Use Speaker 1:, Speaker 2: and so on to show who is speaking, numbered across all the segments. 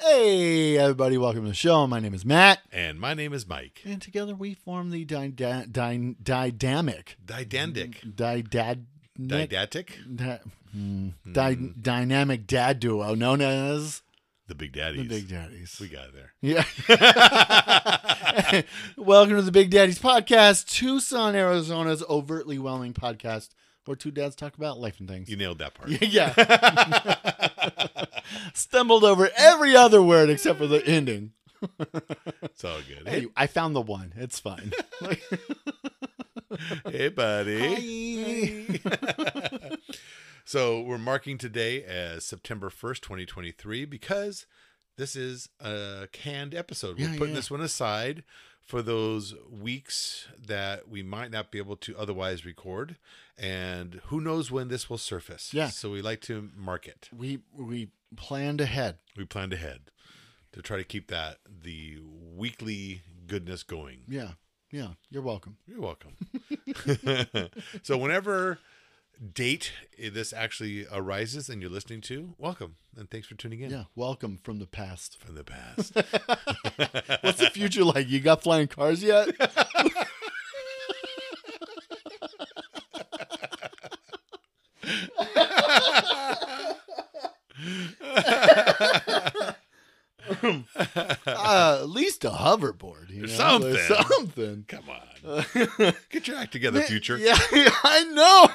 Speaker 1: Hey, everybody, welcome to the show. My name is Matt,
Speaker 2: And my name is Mike.
Speaker 1: and together we form the dida- din- didamic.
Speaker 2: Didactic.
Speaker 1: Didad.
Speaker 2: Didactic.
Speaker 1: Di- mm,
Speaker 2: Hmm.
Speaker 1: di- Dynamic dad duo known as
Speaker 2: The Big Daddies.
Speaker 1: the Big Daddies.
Speaker 2: We got it there.
Speaker 1: yeah. Welcome to the Big Daddies podcast, Tucson, Arizona's overtly whelming podcast, where two dads talk about life and things.
Speaker 2: You nailed that part.
Speaker 1: yeah. Stumbled over every other word except for the ending.
Speaker 2: It's all good.
Speaker 1: Hey,
Speaker 2: Hey,
Speaker 1: I found the one. It's fine.
Speaker 2: hey buddy.
Speaker 1: Hi.
Speaker 2: So we're marking today as September 1st, 2023, because this is a canned episode. We're
Speaker 1: Yeah,
Speaker 2: putting
Speaker 1: yeah.
Speaker 2: this one aside for those weeks that we might not be able to otherwise record. And who knows when this will surface.
Speaker 1: Yeah.
Speaker 2: So we like to mark it.
Speaker 1: we we planned ahead.
Speaker 2: we planned ahead to try to keep that the weekly goodness going.
Speaker 1: Yeah. Yeah. You're welcome.
Speaker 2: You're welcome. so whenever date this actually arises and you're listening to, welcome and thanks for tuning in
Speaker 1: Yeah. Welcome from the past.
Speaker 2: from the past.
Speaker 1: What's the future like? You got flying cars yet? uh, at least a hoverboard. You know?
Speaker 2: Something.
Speaker 1: There's Something.
Speaker 2: Come on, get your act together, future.
Speaker 1: Yeah, I know.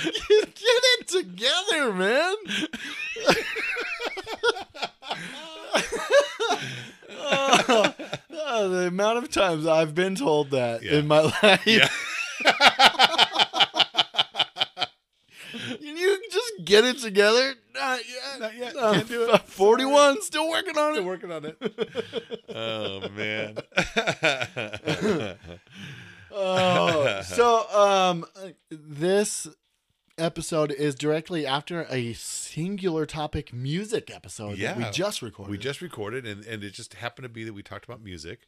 Speaker 1: Get it together, man. Oh, oh, the amount of times I've been told that
Speaker 2: Yeah.
Speaker 1: in my life.
Speaker 2: Yeah.
Speaker 1: Can you just get it together? Not yet.
Speaker 2: Not yet.
Speaker 1: I'm
Speaker 2: Can't do it.
Speaker 1: 41, still working on
Speaker 2: Still
Speaker 1: it.
Speaker 2: working on it. oh man.
Speaker 1: Oh, so um, this episode is directly after a singular topic music episode that we
Speaker 2: Yeah.
Speaker 1: just recorded.
Speaker 2: We just recorded, and, and it just happened to be that we talked about music.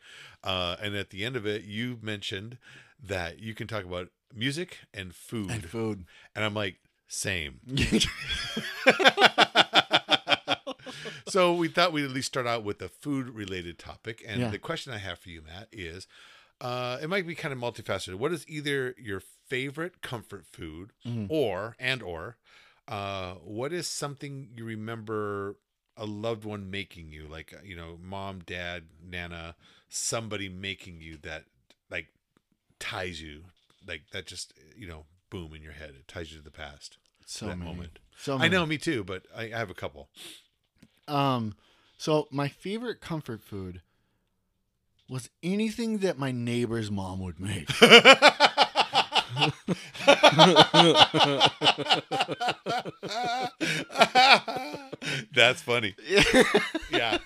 Speaker 2: Uh, and at the end of it, you mentioned that you can talk about music and food.
Speaker 1: and
Speaker 2: And,
Speaker 1: food.
Speaker 2: I'm like, same. so we thought we'd at least start out with a food related topic. And
Speaker 1: Yeah.
Speaker 2: the question I have for you, Matt, is uh, it might be kind of multifaceted. What is either your favorite comfort food
Speaker 1: Mm-hmm.
Speaker 2: or, and or, uh, what is something you remember a loved one making you like uh, you know mom dad nana somebody making you that like ties you like that just you know boom in your head it ties you to the past
Speaker 1: so
Speaker 2: that
Speaker 1: many.
Speaker 2: moment.
Speaker 1: So
Speaker 2: i
Speaker 1: many.
Speaker 2: know me too but i, I have a couple
Speaker 1: Um, so my favorite comfort food was anything that my neighbor's mom would make.
Speaker 2: that's funny yeah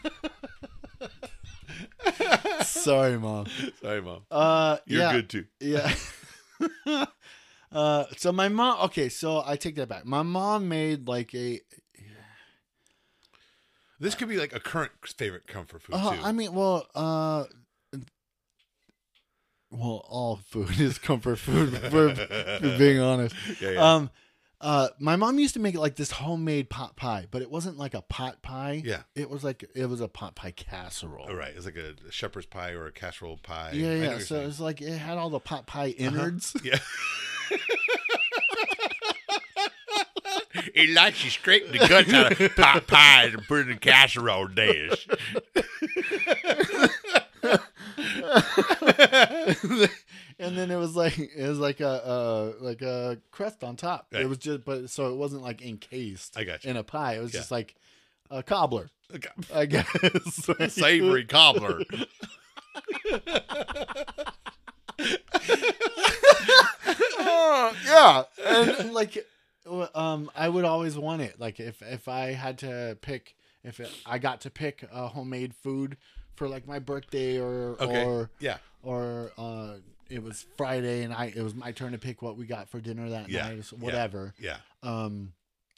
Speaker 1: Sorry, mom.
Speaker 2: sorry mom
Speaker 1: Uh,
Speaker 2: you're
Speaker 1: yeah.
Speaker 2: good too
Speaker 1: Yeah. uh, so my mom. Okay, so I take that back. My mom made like a.
Speaker 2: this could be like a current favorite comfort food
Speaker 1: Oh,
Speaker 2: too
Speaker 1: I mean, well, uh, well, all food is comfort food. For, for being honest,
Speaker 2: yeah, yeah.
Speaker 1: um, uh, my mom used to make like this homemade pot pie, but it wasn't like a pot pie.
Speaker 2: Yeah.
Speaker 1: it was like it was a pot pie casserole.
Speaker 2: all right it's like a shepherd's pie or a casserole pie I Uh-huh.
Speaker 1: Yeah,
Speaker 2: know what
Speaker 1: yeah.
Speaker 2: you're
Speaker 1: So it
Speaker 2: saying.
Speaker 1: was like it had all the pot pie innards.
Speaker 2: Yeah. he likes you scrape the guts out of pot pies and put it in a casserole dish.
Speaker 1: and then it was like it was like a uh, like a crust on top.
Speaker 2: Right.
Speaker 1: It was just but so it wasn't like encased
Speaker 2: I got you.
Speaker 1: in a pie. It was
Speaker 2: Yeah.
Speaker 1: just like a cobbler, I guess.
Speaker 2: Savory cobbler.
Speaker 1: yeah, and like um, I would always want it. Like if if I had to pick if it, I got to pick a homemade food for like my birthday or
Speaker 2: Okay.
Speaker 1: or
Speaker 2: yeah.
Speaker 1: or uh, it was Friday and I it was my turn to pick what we got for dinner that
Speaker 2: Yeah,
Speaker 1: night, or so-
Speaker 2: yeah.
Speaker 1: whatever.
Speaker 2: Yeah.
Speaker 1: Um,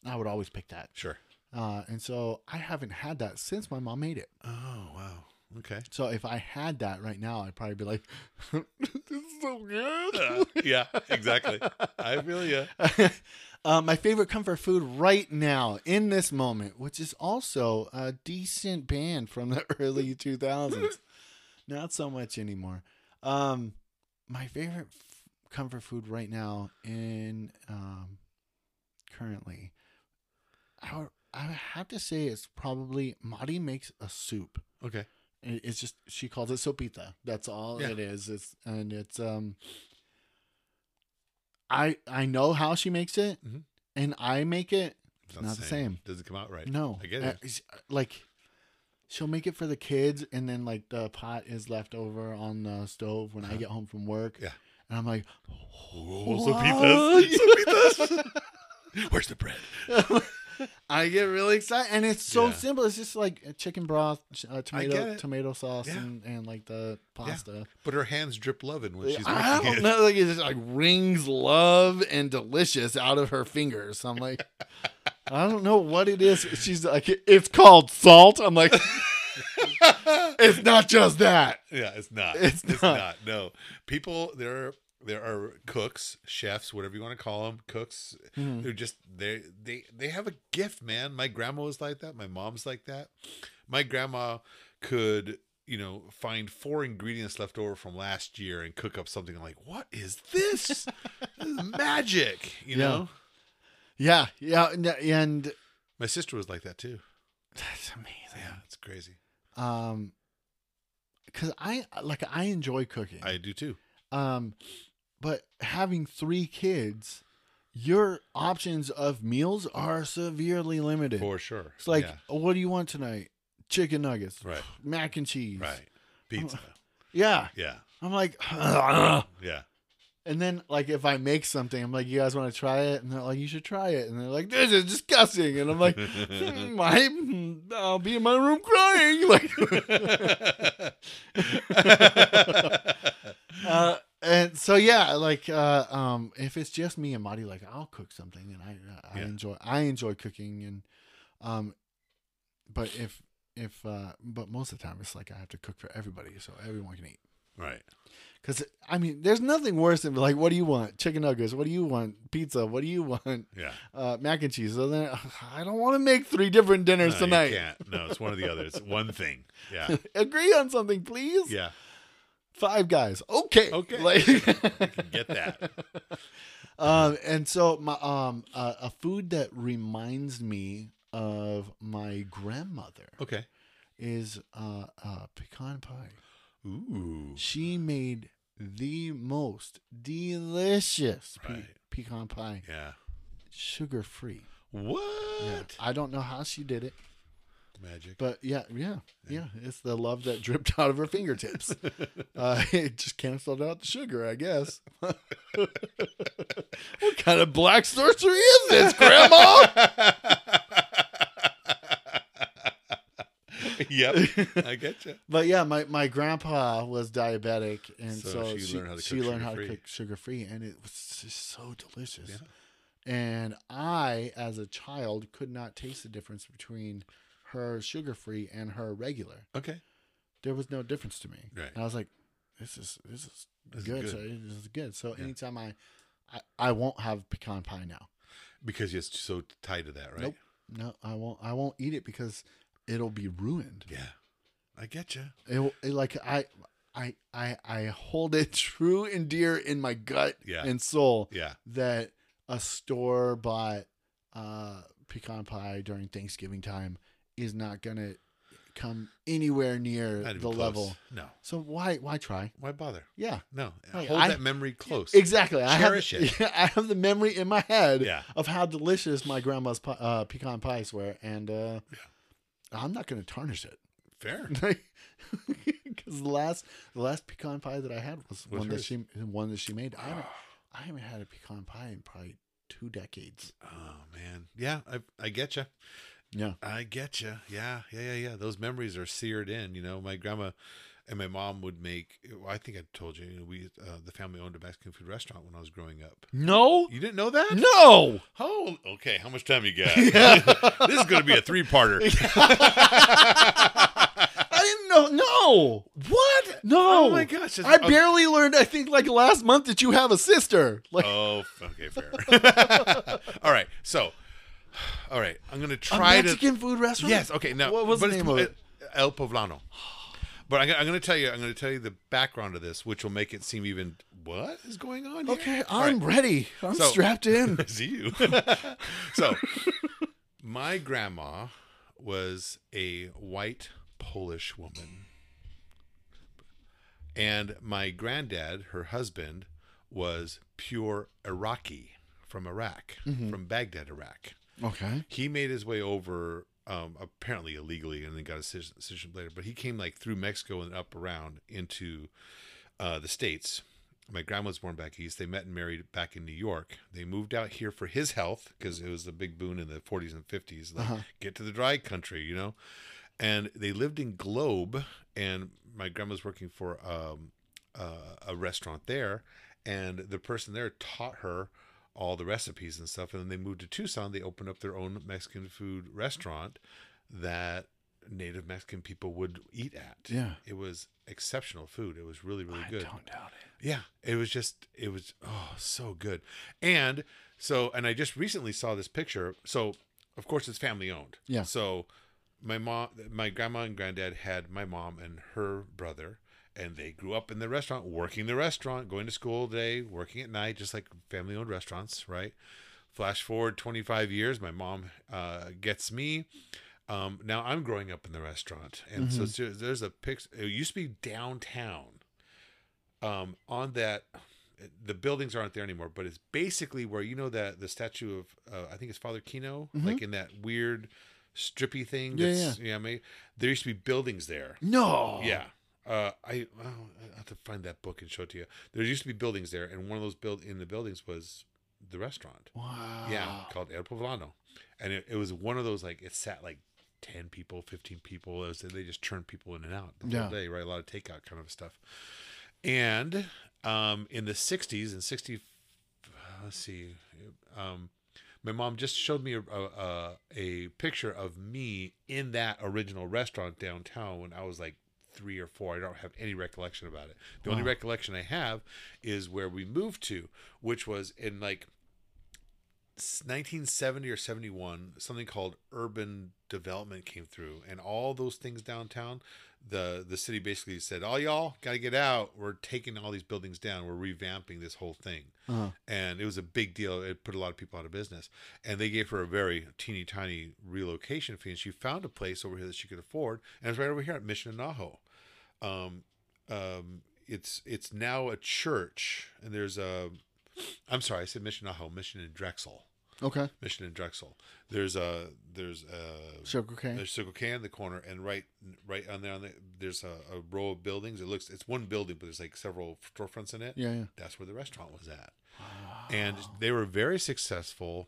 Speaker 1: I would always pick that.
Speaker 2: Sure.
Speaker 1: Uh, and so I haven't had that since my mom made it.
Speaker 2: Oh wow. Okay.
Speaker 1: So if I had that right now, I'd probably be like, "This is so
Speaker 2: Uh,
Speaker 1: good."
Speaker 2: yeah. Exactly. I feel you.
Speaker 1: uh, my favorite comfort food right now in this moment, which is also a decent band from the early 2000s, not so much anymore. Um, my favorite f- comfort food right now in um, currently, I would, I would have to say it's probably Madi makes a soup.
Speaker 2: Okay.
Speaker 1: It- It's just she calls it sopita. That's all
Speaker 2: Yeah.
Speaker 1: it is. It's and it's um. I I know how she makes it,
Speaker 2: Mhm.
Speaker 1: and I make it. Not the same.
Speaker 2: Doesn't come out right.
Speaker 1: No,
Speaker 2: I get
Speaker 1: Uh,
Speaker 2: it.
Speaker 1: it's, uh, like, she'll make it for the kids, and then like the pot is left over on the stove when I
Speaker 2: Uh-huh.
Speaker 1: get home from work.
Speaker 2: Yeah.
Speaker 1: and I'm like,
Speaker 2: Oh, sopitas. Sopitas. Where's the bread?
Speaker 1: I get really excited, and it's so
Speaker 2: Yeah.
Speaker 1: simple. It's just like uh, chicken broth, ch- uh,
Speaker 2: get
Speaker 1: tomato
Speaker 2: it.
Speaker 1: tomato sauce,
Speaker 2: Yeah.
Speaker 1: and, and like the pasta.
Speaker 2: But her hands drip loving when she's
Speaker 1: I
Speaker 2: making
Speaker 1: don't
Speaker 2: it.
Speaker 1: know. Like it just like rings love and delicious out of her fingers. I'm like, I don't know what it is. She's like, it's called salt. I'm like, it's not just that.
Speaker 2: Yeah, it's not.
Speaker 1: It's
Speaker 2: It's,
Speaker 1: not.
Speaker 2: not. No, people there. Are, there are cooks, chefs, whatever you want to call them, cooks
Speaker 1: Mhm.
Speaker 2: who just they they they have a gift, man. My grandma was like that. My mom's like that. My grandma could you know find four ingredients left over from last year and cook up something like what is this? this is magic, you
Speaker 1: Yeah.
Speaker 2: know.
Speaker 1: Yeah, yeah, and, and
Speaker 2: My sister was like that too.
Speaker 1: that's amazing.
Speaker 2: Yeah, it's crazy.
Speaker 1: Um, because I like I enjoy cooking.
Speaker 2: I do too.
Speaker 1: Um, but having three kids, your options of meals are severely limited.
Speaker 2: For sure.
Speaker 1: It's like, "Oh,
Speaker 2: Yeah,
Speaker 1: what do you want tonight? Chicken nuggets,
Speaker 2: Right.
Speaker 1: Mac and cheese,
Speaker 2: right. Pizza.
Speaker 1: Yeah,
Speaker 2: Yeah.
Speaker 1: I'm like,
Speaker 2: Yeah.
Speaker 1: and then like if I make something, I'm like, you guys want to try it? And they're like, you should try it. And they're like, this is disgusting. And I'm like, "Hmm, I, I'll be in my room crying. Like, uh, and so yeah, like uh, um, if it's just me and Marty, like I'll cook something, and I uh, I
Speaker 2: Yeah.
Speaker 1: enjoy I enjoy cooking, and um, but if if uh, but most of the time it's like I have to cook for everybody, so everyone can eat.
Speaker 2: right.
Speaker 1: Cause I mean, there's nothing worse than like, what do you want? Chicken nuggets? What do you want? Pizza? What do you want?
Speaker 2: Yeah.
Speaker 1: Uh, mac and cheese? So then I don't want to make three different dinners
Speaker 2: No, You
Speaker 1: tonight.
Speaker 2: can't. No, it's one or the other. It's one thing. Yeah.
Speaker 1: Agree on something, please.
Speaker 2: Yeah.
Speaker 1: Five guys. Okay.
Speaker 2: Okay.
Speaker 1: Like,
Speaker 2: Get that.
Speaker 1: um, and so my um uh, a food that reminds me of my grandmother
Speaker 2: Okay.
Speaker 1: is uh, uh pecan pie.
Speaker 2: Ooh.
Speaker 1: She made the most delicious pe-
Speaker 2: Right.
Speaker 1: pecan pie,
Speaker 2: Yeah.
Speaker 1: sugar free.
Speaker 2: What?
Speaker 1: Yeah. I don't know how she did it,
Speaker 2: Magic.
Speaker 1: but yeah, yeah, yeah. It's the love that dripped out of her fingertips. uh, it just canceled out the sugar, I guess. what kind of black sorcery is this, Grandma?
Speaker 2: yep. I get you.
Speaker 1: but yeah, my, my grandpa was diabetic, and so,
Speaker 2: So
Speaker 1: she, she
Speaker 2: she learned how to cook
Speaker 1: learned how to
Speaker 2: sugar-free.
Speaker 1: cook sugar free, and it was just so delicious.
Speaker 2: Yeah.
Speaker 1: And I, as a child, could not taste the difference between her sugar free and her regular.
Speaker 2: Okay.
Speaker 1: there was no difference to me.
Speaker 2: Right.
Speaker 1: And I was like, this is this is
Speaker 2: This is
Speaker 1: good.
Speaker 2: good.
Speaker 1: So this is good. So
Speaker 2: Yeah.
Speaker 1: anytime I, I I won't have pecan pie now.
Speaker 2: Because you're so tied to that, right?
Speaker 1: Nope. No, I won't. I won't eat it because it'll be ruined.
Speaker 2: Yeah. I get you.
Speaker 1: It, will- it like I. I, I, I hold it true and dear in my gut
Speaker 2: Yeah.
Speaker 1: and soul
Speaker 2: Yeah.
Speaker 1: that a store bought uh, pecan pie during Thanksgiving time is not gonna come anywhere near
Speaker 2: Not even
Speaker 1: the
Speaker 2: close.
Speaker 1: level.
Speaker 2: No.
Speaker 1: So why why try?
Speaker 2: Why bother?
Speaker 1: Yeah,
Speaker 2: No.
Speaker 1: Like,
Speaker 2: Hold
Speaker 1: I-
Speaker 2: that memory close.
Speaker 1: Exactly. I
Speaker 2: Cherish
Speaker 1: have,
Speaker 2: it.
Speaker 1: I have the memory in my head
Speaker 2: Yeah.
Speaker 1: of how delicious my grandma's pi- uh, pecan pies were, and uh, I'm not going to tarnish it.
Speaker 2: Fair.
Speaker 1: Because the last the last pecan pie that I had was
Speaker 2: Was
Speaker 1: one that
Speaker 2: hers.
Speaker 1: she one that she made. I haven't I haven't had a pecan pie in probably two decades.
Speaker 2: Oh man, yeah, I I get you.
Speaker 1: Yeah.
Speaker 2: I get you. Yeah, yeah, yeah, yeah. Those memories are seared in. You know, my grandma and my mom would make. I think I told you. you know, we uh, the family owned a Mexican food restaurant when I was growing up.
Speaker 1: No.
Speaker 2: You didn't know that?
Speaker 1: No.
Speaker 2: Oh, okay. How much time you got? this is going to be a three-parter.
Speaker 1: I didn't know. No.
Speaker 2: what?
Speaker 1: No.
Speaker 2: Oh my gosh.
Speaker 1: I
Speaker 2: Oh,
Speaker 1: barely learned. I think like last month that you have a sister. Like
Speaker 2: Oh, f- okay, fair. all right. So, all right. I'm going to
Speaker 1: a
Speaker 2: try to.
Speaker 1: Mexican food restaurant.
Speaker 2: Yes. Okay. Now,
Speaker 1: What was
Speaker 2: but
Speaker 1: the
Speaker 2: it's- uh,
Speaker 1: name of it?
Speaker 2: El Poblano. But I'm, gonna- I'm going to tell you. I'm going to tell you the background of this, which will make it seem even. What is going on? here?
Speaker 1: Okay,
Speaker 2: All right.
Speaker 1: I'm ready. I'm
Speaker 2: So-
Speaker 1: strapped in.
Speaker 2: It's you. so, my grandma was a white Polish woman. And my granddad, her husband, was pure Iraqi from Iraq,
Speaker 1: Mm-hmm.
Speaker 2: from Baghdad, Iraq.
Speaker 1: Okay.
Speaker 2: He made his way over, um, apparently illegally, and then got a citizen- citizenship later. But he came like through Mexico and up around into uh, the states. My grandma was born back east. They met and married back in New York. They moved out here for his health because it was the big boon in the 40s and 50s. Like, get to the dry country, you know? And they lived in Globe, and my grandma's working for um, uh, a restaurant there. And the person there taught her all the recipes and stuff. And then they moved to Tucson. They opened up their own Mexican food restaurant that native Mexican people would eat at.
Speaker 1: Yeah.
Speaker 2: It was exceptional food. It was really, really
Speaker 1: I
Speaker 2: good.
Speaker 1: don't doubt it.
Speaker 2: Yeah, it was just it was oh so good, and so and I just recently saw this picture. So of course it's family owned.
Speaker 1: Yeah.
Speaker 2: So my mom, my grandma and granddad had my mom and her brother, and they grew up in the restaurant, working the restaurant, going to school all day, working at night, just like family owned restaurants, right? Flash forward 25 years, my mom uh, gets me. Um, now I'm growing up in the restaurant, and so
Speaker 1: Mm-hmm.
Speaker 2: ser- there's a picture. It used to be downtown. Um, on that, the buildings aren't there anymore, but it's basically where you know that the statue of uh, I think it's Father Kino, like in that weird strippy thing.
Speaker 1: Mm-hmm. Yeah,
Speaker 2: That's, yeah, I mean, there used to be buildings there.
Speaker 1: No.
Speaker 2: Yeah. Uh, I well, I have to find that book and show it to you. There used to be buildings there, and one of those build in the buildings was the restaurant.
Speaker 1: Wow.
Speaker 2: Yeah, called El Poblano, and it, it was one of those like it sat like ten people, fifteen people. It was, they just turned people in and out the
Speaker 1: Yeah.
Speaker 2: whole day, right? A lot of takeout kind of stuff. And um, in the '60s and '60, let's see, um, my mom just showed me a, a, a picture of me in that original restaurant downtown when I was like three or four. I don't have any recollection about it. The only recollection I have is where we moved to, which was in like 1970 or 71 something called urban development came through and all those things downtown the the city basically said all y'all gotta get out we're taking all these buildings down we're revamping this whole thing
Speaker 1: Uh-huh.
Speaker 2: and it was a big deal it put a lot of people out of business and they gave her a very teeny tiny relocation fee and she found a place over here that she could afford and it's right over here at mission anaho um, um, it's it's now a church and there's a i'm sorry i said mission anaho mission in drexel
Speaker 1: Okay.
Speaker 2: Mission and Drexel. There's a there's a
Speaker 1: Sugar cane.
Speaker 2: there's Circle K in the corner, and right right on there on the, there's a, a row of buildings. It looks it's one building, but there's like several storefronts in it.
Speaker 1: Yeah, yeah.
Speaker 2: That's where the restaurant was at, and they were very successful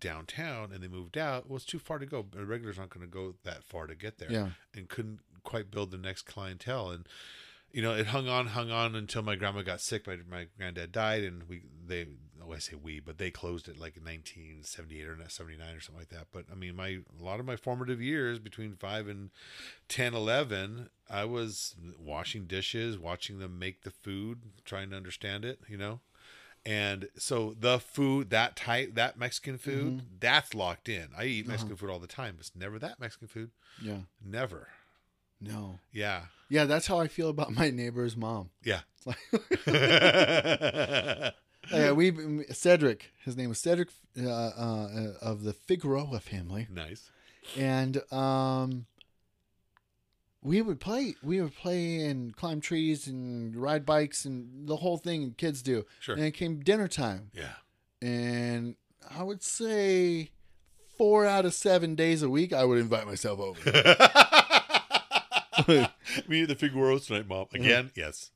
Speaker 2: downtown, and they moved out. Well, it's too far to go. A regular's not going to go that far to get there,
Speaker 1: Yeah.
Speaker 2: and couldn't quite build the next clientele, and you know, it hung on, hung on until my grandma got sick. My my granddad died, and we they oh I say we, but they closed it like in 1978 or 79 or something like that. But I mean, my a lot of my formative years between five and 10, 11, I was washing dishes, watching them make the food, trying to understand it, you know. And so the food, that type, that Mexican food, that's locked in. I eat Mexican food all the time. It's never that Mexican food.
Speaker 1: Yeah.
Speaker 2: Never.
Speaker 1: No.
Speaker 2: Yeah.
Speaker 1: Yeah, that's how I feel about my neighbor's mom.
Speaker 2: Yeah.
Speaker 1: It's like, yeah, we Cedric. His name was Cedric uh, uh, of the Figueroa family,
Speaker 2: nice.
Speaker 1: and um, we would play. We would play and climb trees and ride bikes and the whole thing kids do.
Speaker 2: Sure.
Speaker 1: And it came dinner time,
Speaker 2: Yeah.
Speaker 1: and I would say four out of seven days a week I would invite myself over.
Speaker 2: Me and the Figueroa's tonight, Mom. Again, yes.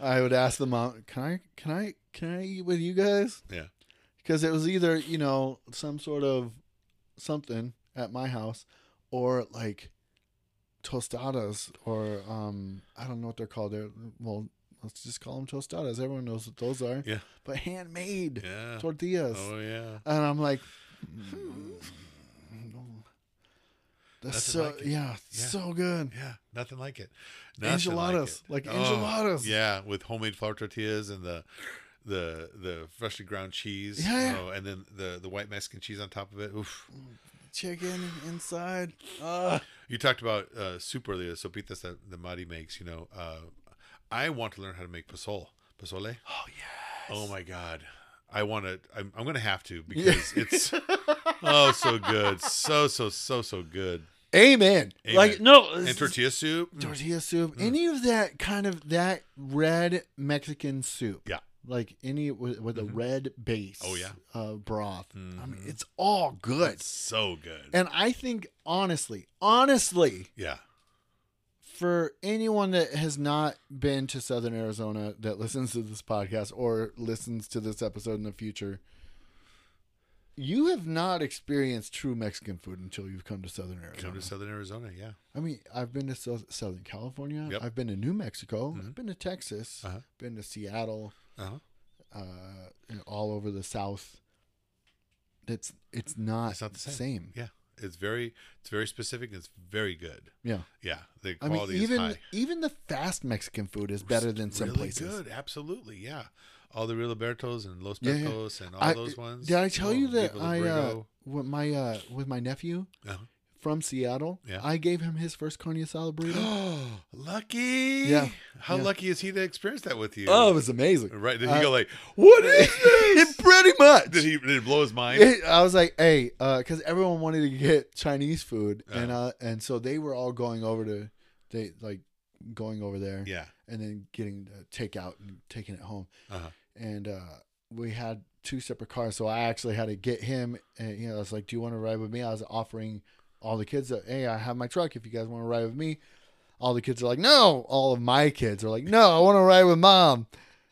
Speaker 1: I would ask the mom, "Can I? Can I? Can I eat with you guys?"
Speaker 2: Yeah.
Speaker 1: because it was either you know some sort of something at my house, or like tostadas, or um, I don't know what they're called. They're, well, let's just call them tostadas. Everyone knows what those are.
Speaker 2: Yeah.
Speaker 1: But handmade
Speaker 2: Yeah.
Speaker 1: tortillas,
Speaker 2: Oh yeah.
Speaker 1: and I'm like, hmm, that's
Speaker 2: Nothing
Speaker 1: so
Speaker 2: like it.
Speaker 1: yeah,
Speaker 2: Yeah.
Speaker 1: so good.
Speaker 2: Yeah. Nothing like it.
Speaker 1: Enchiladas, like enchiladas.
Speaker 2: Oh, yeah, with homemade flour tortillas and the the the freshly ground cheese.
Speaker 1: Yeah.
Speaker 2: Oh, and then the the white Mexican cheese on top of it. Oof.
Speaker 1: Chicken inside. Ugh.
Speaker 2: You talked about uh, soup earlier, sopitas that the Madi makes. You know, uh, I want to learn how to make pozole. Pozole.
Speaker 1: Oh yeah.
Speaker 2: Oh my god. I want to. I'm, I'm gonna have to because it's oh so good, so so so so good.
Speaker 1: Amen. Like
Speaker 2: Amen.
Speaker 1: no
Speaker 2: And tortilla soup. Mm.
Speaker 1: tortilla soup, any of that kind of that red Mexican soup.
Speaker 2: Yeah. Mm-hmm.
Speaker 1: Like any with, with a red base.
Speaker 2: Oh, yeah.
Speaker 1: Uh, broth. I mean,
Speaker 2: Mhm.
Speaker 1: it's all good.
Speaker 2: It's so good.
Speaker 1: And I think honestly, honestly,
Speaker 2: yeah.
Speaker 1: for anyone that has not been to Southern Arizona that listens to this podcast or listens to this episode in the future, you have not experienced true Mexican food until you've come to Southern Arizona.
Speaker 2: Come to Southern Arizona. Yeah.
Speaker 1: I mean, I've been to Sou- Southern California.
Speaker 2: Yep.
Speaker 1: I've been to New Mexico.
Speaker 2: Mhm.
Speaker 1: I've been to Texas.
Speaker 2: Uh-huh.
Speaker 1: Been to Seattle.
Speaker 2: Uh-huh.
Speaker 1: Uh, and all over the South. It's it's not,
Speaker 2: It's not the same.
Speaker 1: same.
Speaker 2: Yeah. It's very it's very specific. It's very good.
Speaker 1: Yeah,
Speaker 2: Yeah. The
Speaker 1: I
Speaker 2: quality
Speaker 1: mean, even
Speaker 2: is high.
Speaker 1: even the fast Mexican food is better than some
Speaker 2: really
Speaker 1: places.
Speaker 2: good. Absolutely. Yeah. All the Real Albertos and Los
Speaker 1: Yeah, yeah.
Speaker 2: Pecos and all
Speaker 1: I- eh,
Speaker 2: those ones.
Speaker 1: Did I tell
Speaker 2: Oh,
Speaker 1: you that
Speaker 2: Viva
Speaker 1: I uh,
Speaker 2: Borrego.
Speaker 1: with my uh, with my nephew
Speaker 2: Uh-huh.
Speaker 1: from Seattle?
Speaker 2: Yeah.
Speaker 1: I gave him his first carne asada burrito.
Speaker 2: Oh, lucky.
Speaker 1: Yeah,
Speaker 2: How
Speaker 1: yeah.
Speaker 2: lucky is he to experience that with you?
Speaker 1: oh, it was amazing.
Speaker 2: Right. Did he
Speaker 1: Uh,
Speaker 2: go like, what is
Speaker 1: it
Speaker 2: this?
Speaker 1: pretty much.
Speaker 2: did he did it blow his mind?
Speaker 1: It- I was like, hey, because everyone wanted to get Chinese food, and uh, and so they were all going over to, they like going over there,
Speaker 2: yeah.
Speaker 1: and then getting uh, takeout and taking it home,
Speaker 2: Uh-huh.
Speaker 1: and uh, we had two separate cars, so I actually had to get him, and you know, I was like, do you want to ride with me? I was offering all the kids that, hey, I have my truck if you guys want to ride with me. All the kids are like, no. All of my kids are like, no, I want to ride with mom.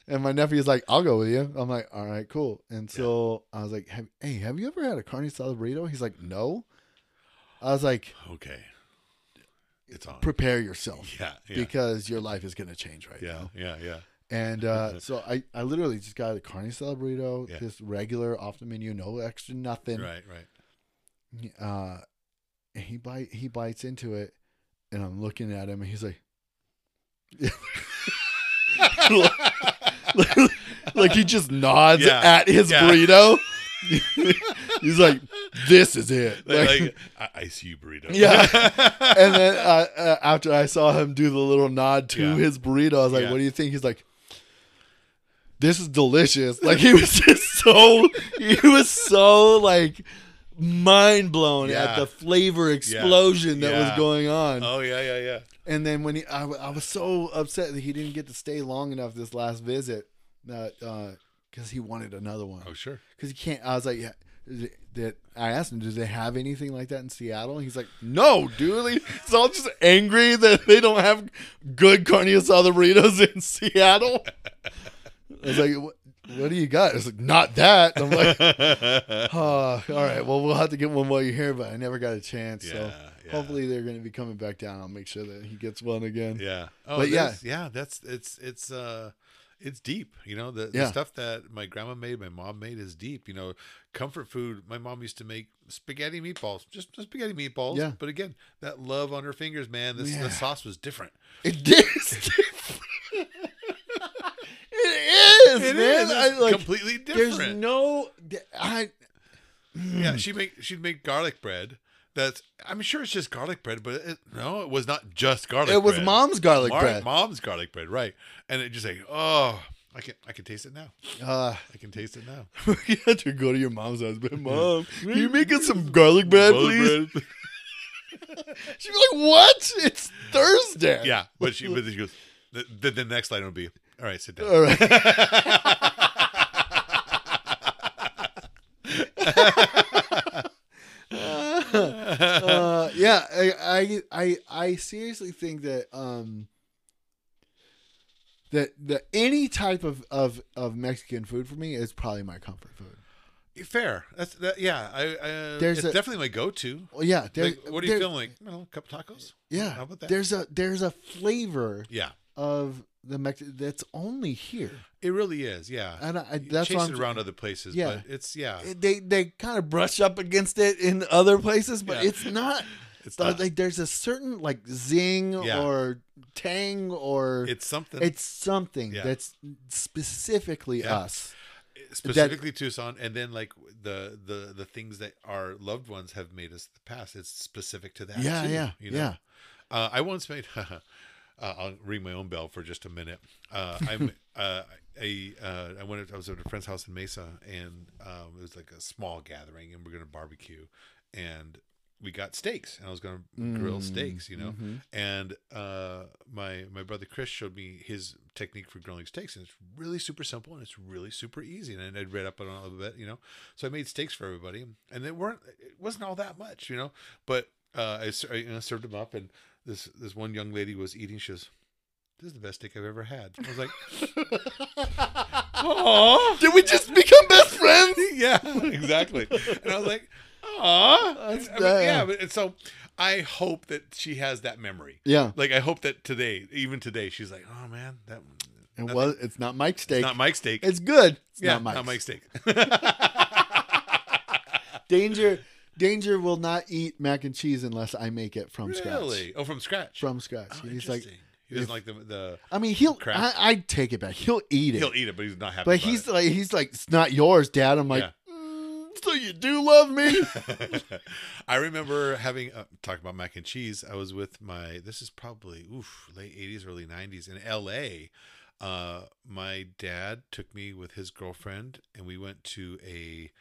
Speaker 1: And my nephew's like, I'll go with you. I'm like, all right, cool. And so I was like, have, hey, have you ever had a carne asada burrito? He's like, no. I was like,
Speaker 2: Okay. It's on.
Speaker 1: prepare yourself
Speaker 2: yeah. Oh, Yeah.
Speaker 1: because your life is going to change right
Speaker 2: yeah.
Speaker 1: now.
Speaker 2: Yeah. Yeah.
Speaker 1: And uh, so I, I literally just got a carne asada burrito,
Speaker 2: Yeah.
Speaker 1: this regular off the menu, no extra nothing.
Speaker 2: Right. Right.
Speaker 1: Uh, and he bite he bites into it, and I'm looking at him, and he's like, like he just nods
Speaker 2: Yeah.
Speaker 1: at his
Speaker 2: Yeah.
Speaker 1: burrito. he's like, this is it.
Speaker 2: like,
Speaker 1: Like-
Speaker 2: like, I, I see you, burrito.
Speaker 1: Yeah. and then uh, uh, after I saw him do the little nod to
Speaker 2: Yeah.
Speaker 1: his burrito, I was like,
Speaker 2: Yeah.
Speaker 1: "What do you think?" He's like, "This is delicious." Like he was just so he was so like mind blown at
Speaker 2: Yeah.
Speaker 1: the flavor explosion that was
Speaker 2: Yeah.
Speaker 1: going on.
Speaker 2: oh yeah. Yeah. Yeah.
Speaker 1: And then when he, I, w- I was so upset that he didn't get to stay long enough this last visit that because he wanted another one
Speaker 2: Oh sure.
Speaker 1: because he can't. I was like, yeah. is it- That I asked him, do they have anything like that in Seattle? He's like, no, dude. Like, It's all just angry that they don't have good carne asada burritos in Seattle. I was like, what, what do you got? It's like, not that. I'm like,
Speaker 2: yeah.
Speaker 1: oh, all right. Well, we'll have to get one while you're here, but I never got a chance. so
Speaker 2: yeah.
Speaker 1: hopefully they're going to be coming back down. I'll make sure that he gets one again.
Speaker 2: Yeah. Oh,
Speaker 1: But
Speaker 2: there's- yeah. That's it's it's uh it's deep. You know the, the
Speaker 1: Yeah.
Speaker 2: stuff that my grandma made, my mom made is deep. You know, comfort food. My mom used to make spaghetti meatballs, just, just spaghetti meatballs.
Speaker 1: Yeah.
Speaker 2: But again, that love on her fingers, man. This
Speaker 1: Yeah.
Speaker 2: the sauce was different.
Speaker 1: It did. it is,
Speaker 2: It
Speaker 1: man.
Speaker 2: is,
Speaker 1: I,
Speaker 2: it's
Speaker 1: like,
Speaker 2: completely
Speaker 1: There's
Speaker 2: different.
Speaker 1: no. I.
Speaker 2: yeah. She make she'd make garlic bread. That's I'm sure it's just garlic bread, but it, no, it was not just garlic.
Speaker 1: It was
Speaker 2: bread.
Speaker 1: mom's garlic
Speaker 2: Mar-
Speaker 1: bread.
Speaker 2: Mom's garlic bread, right? And it just like oh. I can I can taste it now.
Speaker 1: Uh,
Speaker 2: I can taste it now.
Speaker 1: you had to go to your mom's house, but mom, can you make us some garlic bread,
Speaker 2: Mm. Garlic
Speaker 1: please?
Speaker 2: bread.
Speaker 1: She'd be like, "What? It's Thursday."
Speaker 2: Yeah, but she but she goes. The, the, the next line would be, "All right, sit down."
Speaker 1: All right. uh, yeah, I, I I I seriously think that um that that any type of of of Mexican food for me is probably my comfort food.
Speaker 2: Fair. That's that, yeah. I, I
Speaker 1: There's
Speaker 2: it's
Speaker 1: a-
Speaker 2: definitely my go-to.
Speaker 1: Well, yeah. there-
Speaker 2: Like, what are you
Speaker 1: there-
Speaker 2: feeling like? Well, a couple tacos.
Speaker 1: Yeah.
Speaker 2: How about that?
Speaker 1: There's a there's a flavor
Speaker 2: yeah.
Speaker 1: of the Mex- that's only here.
Speaker 2: It really is. Yeah.
Speaker 1: And I, I-
Speaker 2: You
Speaker 1: that's
Speaker 2: chase
Speaker 1: what
Speaker 2: it
Speaker 1: I'm,
Speaker 2: around other places,
Speaker 1: Yeah.
Speaker 2: but it's yeah.
Speaker 1: it- they they kind of brush up against it in other places, but
Speaker 2: Yeah.
Speaker 1: it's not.
Speaker 2: it's
Speaker 1: Uh,
Speaker 2: not,
Speaker 1: like there's a certain like zing
Speaker 2: Yeah.
Speaker 1: or tang or
Speaker 2: it's something
Speaker 1: it's something
Speaker 2: Yeah.
Speaker 1: that's specifically
Speaker 2: Yeah.
Speaker 1: us.
Speaker 2: specifically Tucson, and then like the the the things that our loved ones have made us the past. It's specific to that.
Speaker 1: Yeah,
Speaker 2: too,
Speaker 1: yeah,
Speaker 2: you know?
Speaker 1: yeah.
Speaker 2: Uh, I once made. uh, I'll ring my own bell for just a minute. Uh, I'm. uh, I uh, I went. I was at a friend's house in Mesa, and um, it was like a small gathering, and we're gonna barbecue, and we got steaks, and I was gonna grill steaks, you know. And uh, my my brother Chris showed me his technique for grilling steaks, and it's really super simple and it's really super easy. And I'd read up on it a little bit, you know. So I made steaks for everybody, and it weren't it wasn't all that much, you know. But uh, I, ser- I, you know, served them up, and this this one young lady was eating. She was, "This is the best steak I've ever had." I was like, "Aw,
Speaker 1: Did we just become best friends?
Speaker 2: yeah, exactly." And I was like, "Aw,
Speaker 1: That's
Speaker 2: I mean, yeah."
Speaker 1: bad.
Speaker 2: But, and so I hope that she has that memory.
Speaker 1: Yeah.
Speaker 2: Like I hope that today, even today, she's like, "Oh man, that
Speaker 1: It was. It's not Mike's steak.
Speaker 2: it's
Speaker 1: It's,
Speaker 2: not Mike's steak.
Speaker 1: good. It's
Speaker 2: yeah,
Speaker 1: not Mike's.
Speaker 2: steak."
Speaker 1: Danger. Danger will not eat mac and cheese unless I make it from scratch.
Speaker 2: really? Oh, from scratch.
Speaker 1: From scratch.
Speaker 2: Oh,
Speaker 1: he's like,
Speaker 2: interesting. he doesn't
Speaker 1: if-
Speaker 2: like the the.
Speaker 1: I mean, he'll.
Speaker 2: Crap.
Speaker 1: I, I take it back. He'll eat it.
Speaker 2: He'll eat it, but he's not happy.
Speaker 1: but
Speaker 2: about
Speaker 1: he's
Speaker 2: it.
Speaker 1: like, he's like, it's not yours, Dad. I'm like,
Speaker 2: Yeah.
Speaker 1: "Mm, so you do love me?
Speaker 2: I remember having uh, talk about mac and cheese. I was with my this is probably oof late eighties, early nineties in L.A. Uh, my dad took me with his girlfriend, and we went to a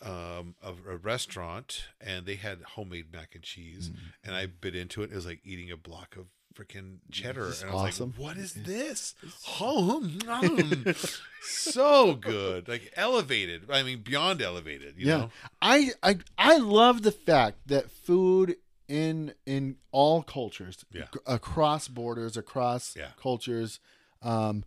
Speaker 2: um a, a restaurant, and they had homemade mac and
Speaker 1: Mm.
Speaker 2: cheese, and I bit into it. It was like eating a block of freaking cheddar,
Speaker 1: This is
Speaker 2: and I was
Speaker 1: awesome.
Speaker 2: like, "What is this? Oh, mm, mm." so good! Like elevated. I mean, beyond elevated. You
Speaker 1: yeah.
Speaker 2: know?
Speaker 1: I, I I love the fact that food in in all cultures,
Speaker 2: Yeah.
Speaker 1: ac- across borders, across
Speaker 2: Yeah.
Speaker 1: cultures, um,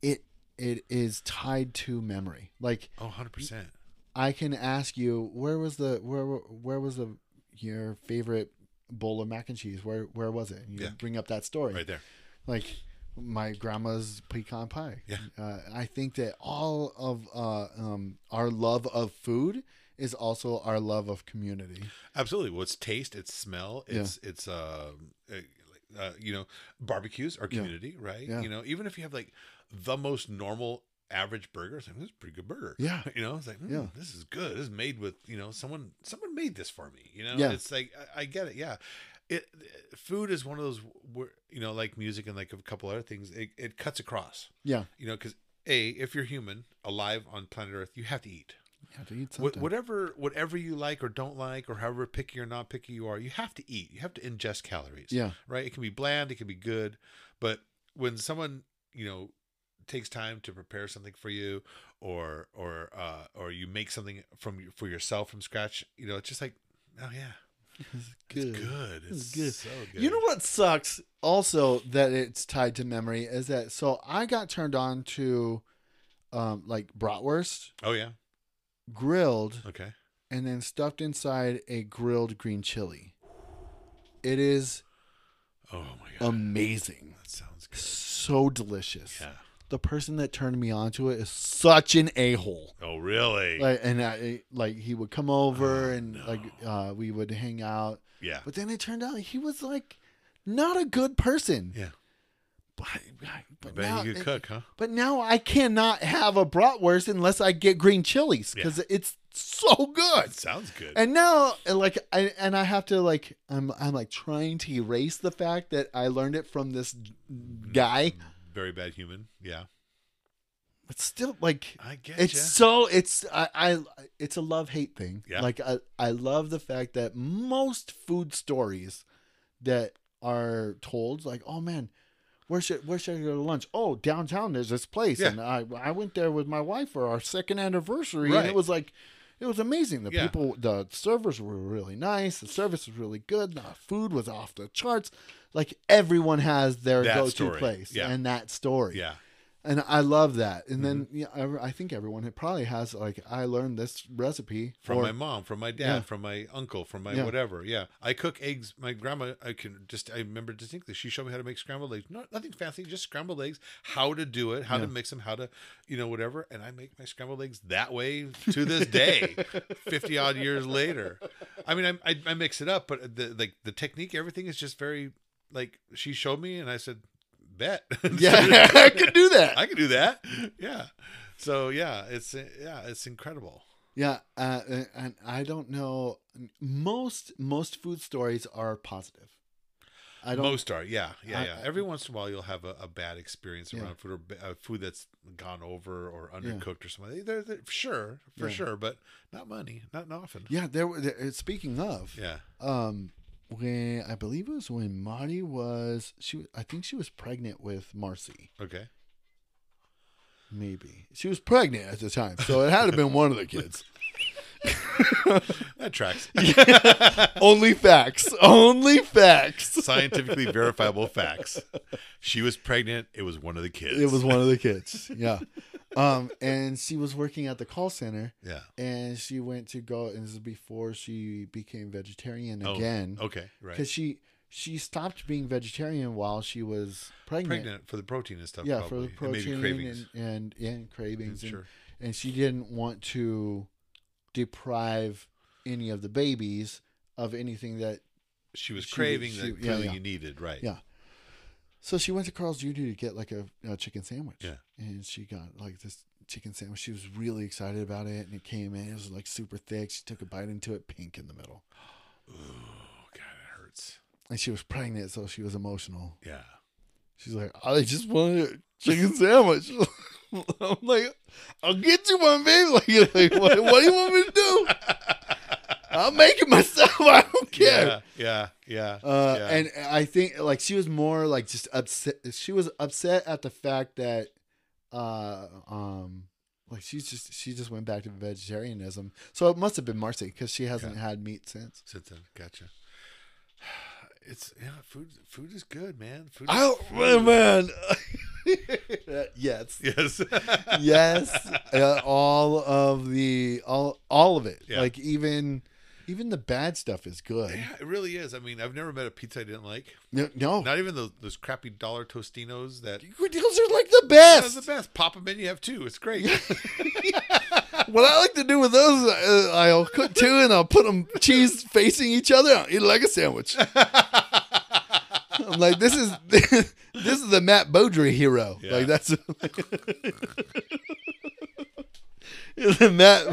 Speaker 1: it it is tied to memory. Like
Speaker 2: Oh, 100 percent.
Speaker 1: I can ask you, where was the where where was the your favorite bowl of mac and cheese? Where where was it? And you
Speaker 2: Yeah.
Speaker 1: bring up that story.
Speaker 2: Right there.
Speaker 1: like my grandma's pecan pie.
Speaker 2: Yeah.
Speaker 1: Uh, I think that all of uh, um, our love of food is also our love of community.
Speaker 2: Absolutely. Well, it's taste, it's smell,
Speaker 1: Yeah.
Speaker 2: it's it's uh, uh, uh, you know, barbecues are community, right?
Speaker 1: Yeah.
Speaker 2: You know, even if you have like the most normal average burger, it's like this is a pretty good burger.
Speaker 1: Yeah.
Speaker 2: You know, it's like, "Mm,
Speaker 1: Yeah.
Speaker 2: this is good. This is made with, you know, someone someone made this for me. You know,
Speaker 1: Yeah.
Speaker 2: it's like I, I get it. Yeah. It, food is one of those where you know, like music and like a couple other things, it, it cuts across.
Speaker 1: Yeah.
Speaker 2: You know, because a if you're human alive on planet Earth, you have to eat.
Speaker 1: You have to eat
Speaker 2: Wh-
Speaker 1: something.
Speaker 2: whatever whatever you like or don't like or however picky or not picky you are you have to eat you have to ingest calories
Speaker 1: yeah.
Speaker 2: right it can be bland it can be good but when someone you know takes time to prepare something for you or or uh or you make something from your- for yourself from scratch you know it's just like oh yeah it's good
Speaker 1: It's
Speaker 2: it's
Speaker 1: good.
Speaker 2: so good
Speaker 1: You know what sucks also that it's tied to memory is that so I got turned on to um, like bratwurst
Speaker 2: oh yeah
Speaker 1: grilled
Speaker 2: okay
Speaker 1: and then stuffed inside a grilled green chili. It is
Speaker 2: oh my god
Speaker 1: amazing.
Speaker 2: that sounds good
Speaker 1: So delicious.
Speaker 2: yeah
Speaker 1: the person that turned me onto it is such an a hole.
Speaker 2: oh really
Speaker 1: Like, and I like he would come over
Speaker 2: Oh,
Speaker 1: and
Speaker 2: no.
Speaker 1: like uh, we would hang out,
Speaker 2: yeah
Speaker 1: but then it turned out he was like not a good person.
Speaker 2: Yeah.
Speaker 1: but, but
Speaker 2: I bet
Speaker 1: now
Speaker 2: you could
Speaker 1: it-
Speaker 2: cook huh
Speaker 1: But now I cannot have a bratwurst unless I get green chilies because it's so good.
Speaker 2: that sounds good
Speaker 1: And now, and, like, I and I have to like, I'm I'm like trying to erase the fact that I learned it from this guy.
Speaker 2: very bad human yeah
Speaker 1: But still, like,
Speaker 2: i get
Speaker 1: it's
Speaker 2: ya.
Speaker 1: so it's I, I it's a love hate thing.
Speaker 2: Yeah.
Speaker 1: Like I I love the fact that most food stories that are told like oh man where should where should I go to lunch? Oh, downtown there's this place
Speaker 2: Yeah.
Speaker 1: and I I went there with my wife for our second anniversary and
Speaker 2: Right.
Speaker 1: it was like it was amazing. The
Speaker 2: Yeah.
Speaker 1: people the servers were really nice. The service was really good. The food was off the charts. Like everyone has their
Speaker 2: That
Speaker 1: go-to
Speaker 2: story.
Speaker 1: place
Speaker 2: Yeah.
Speaker 1: and that story.
Speaker 2: yeah
Speaker 1: And I love that. And then
Speaker 2: Mm-hmm.
Speaker 1: yeah, I, I think everyone it probably has like I learned this recipe
Speaker 2: from
Speaker 1: or-
Speaker 2: my mom, from my dad,
Speaker 1: Yeah.
Speaker 2: from my uncle, from my
Speaker 1: Yeah.
Speaker 2: whatever. Yeah, I cook eggs. My grandma, I can just I remember distinctly. She showed me how to make scrambled eggs. Not nothing fancy, just scrambled eggs. How to do it, how to
Speaker 1: Yeah.
Speaker 2: mix them, how to, you know, whatever. And I make my scrambled eggs that way to this day, fifty odd years later. I mean, I, I I mix it up, but the like the technique, everything is just very like she showed me, and I said, bet.
Speaker 1: Yeah, I could do that.
Speaker 2: I can do that. Yeah. So yeah, it's yeah, it's incredible.
Speaker 1: Yeah, uh, and- and I don't know. Most most food stories are positive. I don't.
Speaker 2: Most are, yeah, yeah,
Speaker 1: I-
Speaker 2: yeah. Every once in a while, you'll have a, a bad experience
Speaker 1: Yeah.
Speaker 2: around food or ba- uh, food that's gone over or
Speaker 1: Yeah.
Speaker 2: undercooked or something. They're, they're- sure, for
Speaker 1: Yeah.
Speaker 2: sure, but not money, not often.
Speaker 1: yeah, there. were- there- Speaking of,
Speaker 2: Yeah,
Speaker 1: um, when I believe it was when Marty was she. was- I think she was pregnant with Marcy.
Speaker 2: okay.
Speaker 1: Maybe she was pregnant at the time, so it had to have been one of the kids.
Speaker 2: That tracks.
Speaker 1: Only facts. Only facts.
Speaker 2: Scientifically verifiable facts. She was pregnant. It was one of the kids.
Speaker 1: It was one of the kids. Yeah. Um, and she was working at the call center.
Speaker 2: Yeah.
Speaker 1: and she went to go and this is before she became vegetarian
Speaker 2: Oh,
Speaker 1: again
Speaker 2: Okay.
Speaker 1: because
Speaker 2: Right.
Speaker 1: she she stopped being vegetarian while she was pregnant,
Speaker 2: Pregnant for the protein and stuff.
Speaker 1: yeah for
Speaker 2: probably.
Speaker 1: the protein
Speaker 2: and maybe
Speaker 1: and,
Speaker 2: cravings.
Speaker 1: and, and cravings and,
Speaker 2: sure.
Speaker 1: and she didn't want to deprive any of the babies of anything that
Speaker 2: She was
Speaker 1: she-
Speaker 2: craving
Speaker 1: she-
Speaker 2: that
Speaker 1: yeah,
Speaker 2: clearly
Speaker 1: yeah.
Speaker 2: you needed, right?
Speaker 1: Yeah. so she went to Carl's Jr. to get like a, a chicken sandwich
Speaker 2: Yeah.
Speaker 1: and she got like this chicken sandwich she was really excited about it and it came in it was like super thick she took a bite into it pink in the middle
Speaker 2: Oh God, it hurts.
Speaker 1: and she was pregnant so she was emotional
Speaker 2: Yeah.
Speaker 1: She's like, I just wanted a chicken sandwich. I'm like, I'll get you one, babe. Like, you're like what, what do you want me to do? I'll make it myself. I don't care.
Speaker 2: Yeah. Yeah. Yeah.
Speaker 1: Uh,
Speaker 2: yeah.
Speaker 1: And I think like she was more like just upset. She was upset at the fact that, uh, um, like she's just she just went back to vegetarianism. So it must have been Marcy because she hasn't had meat since.
Speaker 2: Since then, gotcha. It's yeah, food. Food is good, man. Food. Is
Speaker 1: Oh
Speaker 2: food.
Speaker 1: man, yes.
Speaker 2: Yes.
Speaker 1: yes uh, all of the all all of it
Speaker 2: Yeah.
Speaker 1: like even even the bad stuff is good
Speaker 2: yeah, it really is. I mean, I've never met a pizza I didn't like.
Speaker 1: no, no.
Speaker 2: Not even those, those crappy dollar Tostinos that.
Speaker 1: those are like the
Speaker 2: That's
Speaker 1: best
Speaker 2: the best. Pop them in, you have two. It's great.
Speaker 1: what i like to do with those is uh, i'll cook two and i'll put them cheese facing each other i'll eat it like a sandwich i'm like this is this is the matt beaudry hero
Speaker 2: Yeah.
Speaker 1: like that's the matt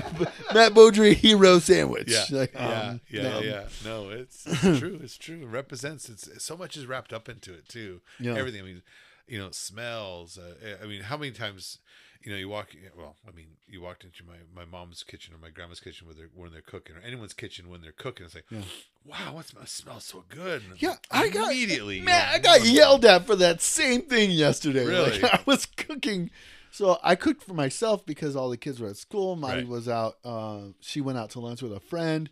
Speaker 1: matt beaudry hero sandwich
Speaker 2: yeah.
Speaker 1: Like,
Speaker 2: yeah.
Speaker 1: um,
Speaker 2: yeah.
Speaker 1: um,
Speaker 2: yeah. No, it's, it's true. It's true. It represents. It's so much is wrapped up into it too.
Speaker 1: Yeah.
Speaker 2: Everything. I mean, you know, smells. Uh, I mean, how many times, you know, you walk. eh, Well, I mean, you walked into my my mom's kitchen or my grandma's kitchen when they're when they're cooking or anyone's kitchen when they're cooking. It's like, wow, what smells, smells so good. And
Speaker 1: Yeah, I got
Speaker 2: immediately. you
Speaker 1: Man,
Speaker 2: know,
Speaker 1: I got
Speaker 2: mm,
Speaker 1: yelled at for that same thing yesterday.
Speaker 2: Really?
Speaker 1: Like I was cooking, so I cooked for myself because all the kids were at school. Marty
Speaker 2: Right.
Speaker 1: was out. Uh, she went out to lunch with a friend,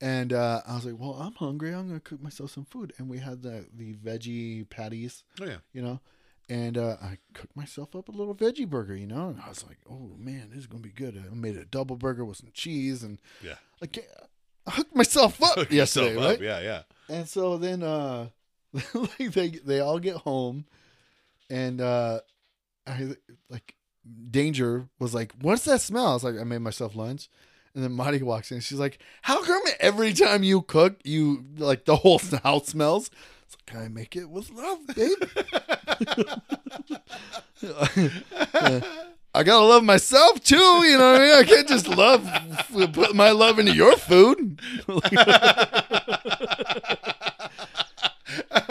Speaker 1: and uh, I was like, "Well, I'm hungry. I'm gonna cook myself some food." And we had the the veggie patties,
Speaker 2: Oh yeah.
Speaker 1: you know. And uh, I cooked myself up a little veggie burger, you know. And I was like, "Oh man, this is gonna be good." I made a double burger with some cheese, and
Speaker 2: Yeah.
Speaker 1: like I hooked myself up
Speaker 2: Hook yourself
Speaker 1: yesterday,
Speaker 2: up.
Speaker 1: right?
Speaker 2: Yeah. Yeah.
Speaker 1: And so then uh like they they all get home and uh I like Danger was like, What's that smell? I was like, I made myself lunch. And then Marty walks in. She's like, How come every time you cook, you like the whole house smells? It's like, I make it with love, babe. I gotta love myself too. You know what I mean? I can't just love, put my love into your food.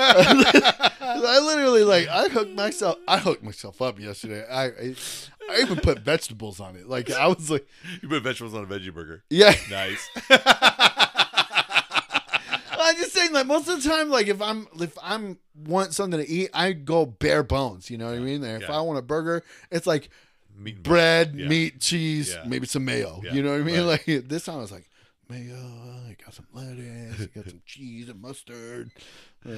Speaker 1: I literally like I hooked myself. I hooked myself up yesterday. I I, I even put vegetables on it. Like I was like,
Speaker 2: You put vegetables on a veggie burger.
Speaker 1: yeah.
Speaker 2: Nice.
Speaker 1: I'm just saying, like most of the time, like if I'm if I'm want something to eat, I go bare bones. You know what I mean? If
Speaker 2: yeah.
Speaker 1: I want a burger, it's like
Speaker 2: Meat and
Speaker 1: bread,
Speaker 2: Yeah.
Speaker 1: meat, cheese,
Speaker 2: Yeah.
Speaker 1: maybe some mayo.
Speaker 2: Yeah,
Speaker 1: You know what I mean?
Speaker 2: right.
Speaker 1: Like this time, I was like mayo. I got some lettuce. I got some cheese and mustard. Uh,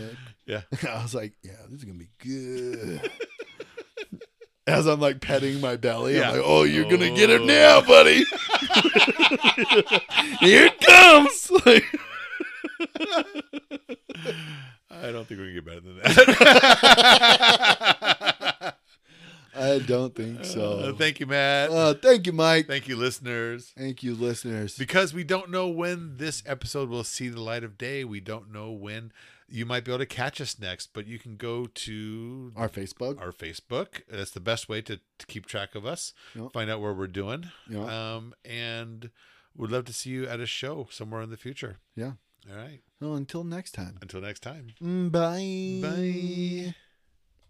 Speaker 2: Yeah.
Speaker 1: I was like, yeah, this is gonna be good. as I'm like petting my belly.
Speaker 2: Yeah.
Speaker 1: I'm like, oh, you're gonna get it
Speaker 2: Oh.
Speaker 1: now, buddy. Here it comes. Like,
Speaker 2: I don't think we can get better than that.
Speaker 1: I don't think
Speaker 2: Uh,
Speaker 1: so.
Speaker 2: thank you, Matt.
Speaker 1: Uh, thank you, Mike.
Speaker 2: thank you, listeners.
Speaker 1: Thank you, listeners.
Speaker 2: Because we don't know when this episode will see the light of day, we don't know when you might be able to catch us next, but you can go to
Speaker 1: Our Facebook.
Speaker 2: our Facebook. That's the best way to, to keep track of us,
Speaker 1: Yeah.
Speaker 2: find out where we're doing.
Speaker 1: yeah.
Speaker 2: Um, and we'd love to see you at a show somewhere in the future.
Speaker 1: Yeah.
Speaker 2: All right.
Speaker 1: well, until next time.
Speaker 2: Until next time.
Speaker 1: Mm, Bye.